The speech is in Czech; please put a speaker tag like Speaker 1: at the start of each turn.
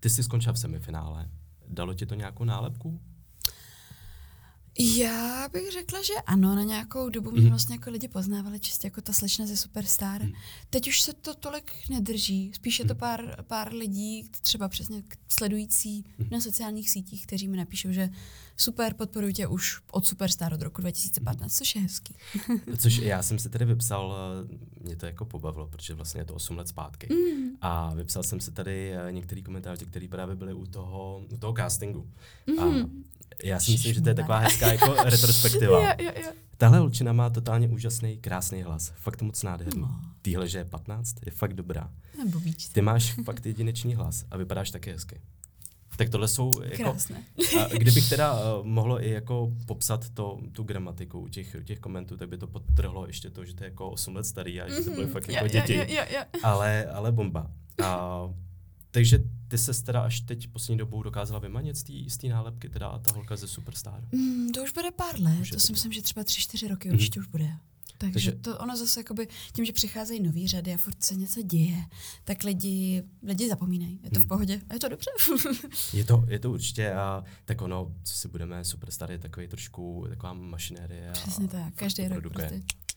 Speaker 1: Ty jsi skončila v semifinále. Dalo ti to nějakou nálepku?
Speaker 2: Já bych řekla, že ano, na nějakou dobu
Speaker 1: Mhm.
Speaker 2: mě vlastně jako lidi poznávali čistě jako ta slečna ze Superstar. Teď už se to tolik nedrží, spíš
Speaker 1: Mhm.
Speaker 2: je to pár, pár lidí, třeba přesně k- sledující
Speaker 1: Mhm.
Speaker 2: na sociálních sítích, kteří mi napíšou, že super, podporuji tě už od Superstar od
Speaker 1: Mhm.
Speaker 2: roku 2015, což je hezký.
Speaker 1: Což já jsem si tady vypsal, eh, mě to jako pobavilo, protože vlastně je to 8 let zpátky. Mm. A vypsal jsem si tady eh, některý komentáře, které právě byly u toho, u toho castingu. Mm. A já si myslím, že to je taková hezká jako retrospektiva.
Speaker 2: Jo, jo, jo.
Speaker 1: Tahle holčina má totálně úžasný, krásný hlas. Fakt moc nádherný. Týhle, že je 15, je fakt dobrá.
Speaker 2: Nebo víc.
Speaker 1: Ty máš fakt jedinečný hlas a vypadáš taky hezky. Tak tohle jsou jako...
Speaker 2: Krásné.
Speaker 1: A kdybych teda eh, mohlo i jako popsat to, tu gramatiku u těch, u těch komentů, tak by to podtrhlo ještě to, že to je jako 8 let starý a že to byly fakt jako děti.
Speaker 2: Mhm. Jo, jo, jo.
Speaker 1: Ale, ale bomba. A, takže ty se teda až teď poslední dobou dokázala vymanit z té- z té nálepky, teda a ta holka ze Superstar.
Speaker 2: Mm, to už bude pár let,
Speaker 1: Už je
Speaker 2: to
Speaker 1: to
Speaker 2: si myslím, že třeba tři, čtyři roky určitě už bude. Takže,
Speaker 1: Mhm. Takže-
Speaker 2: to ono zase jakoby, tím, že přicházejí nový řady a furt se něco děje, tak lidi, lidi zapomínají.
Speaker 1: Mhm.
Speaker 2: Je to v pohodě a je to dobře.
Speaker 1: Je to, je to určitě a tak ono, co si budeme, Superstar je takový trošku taková mašinérie. a
Speaker 2: Přesně tak,
Speaker 1: fakt
Speaker 2: každý
Speaker 1: to
Speaker 2: rok
Speaker 1: produkuje.
Speaker 2: prostě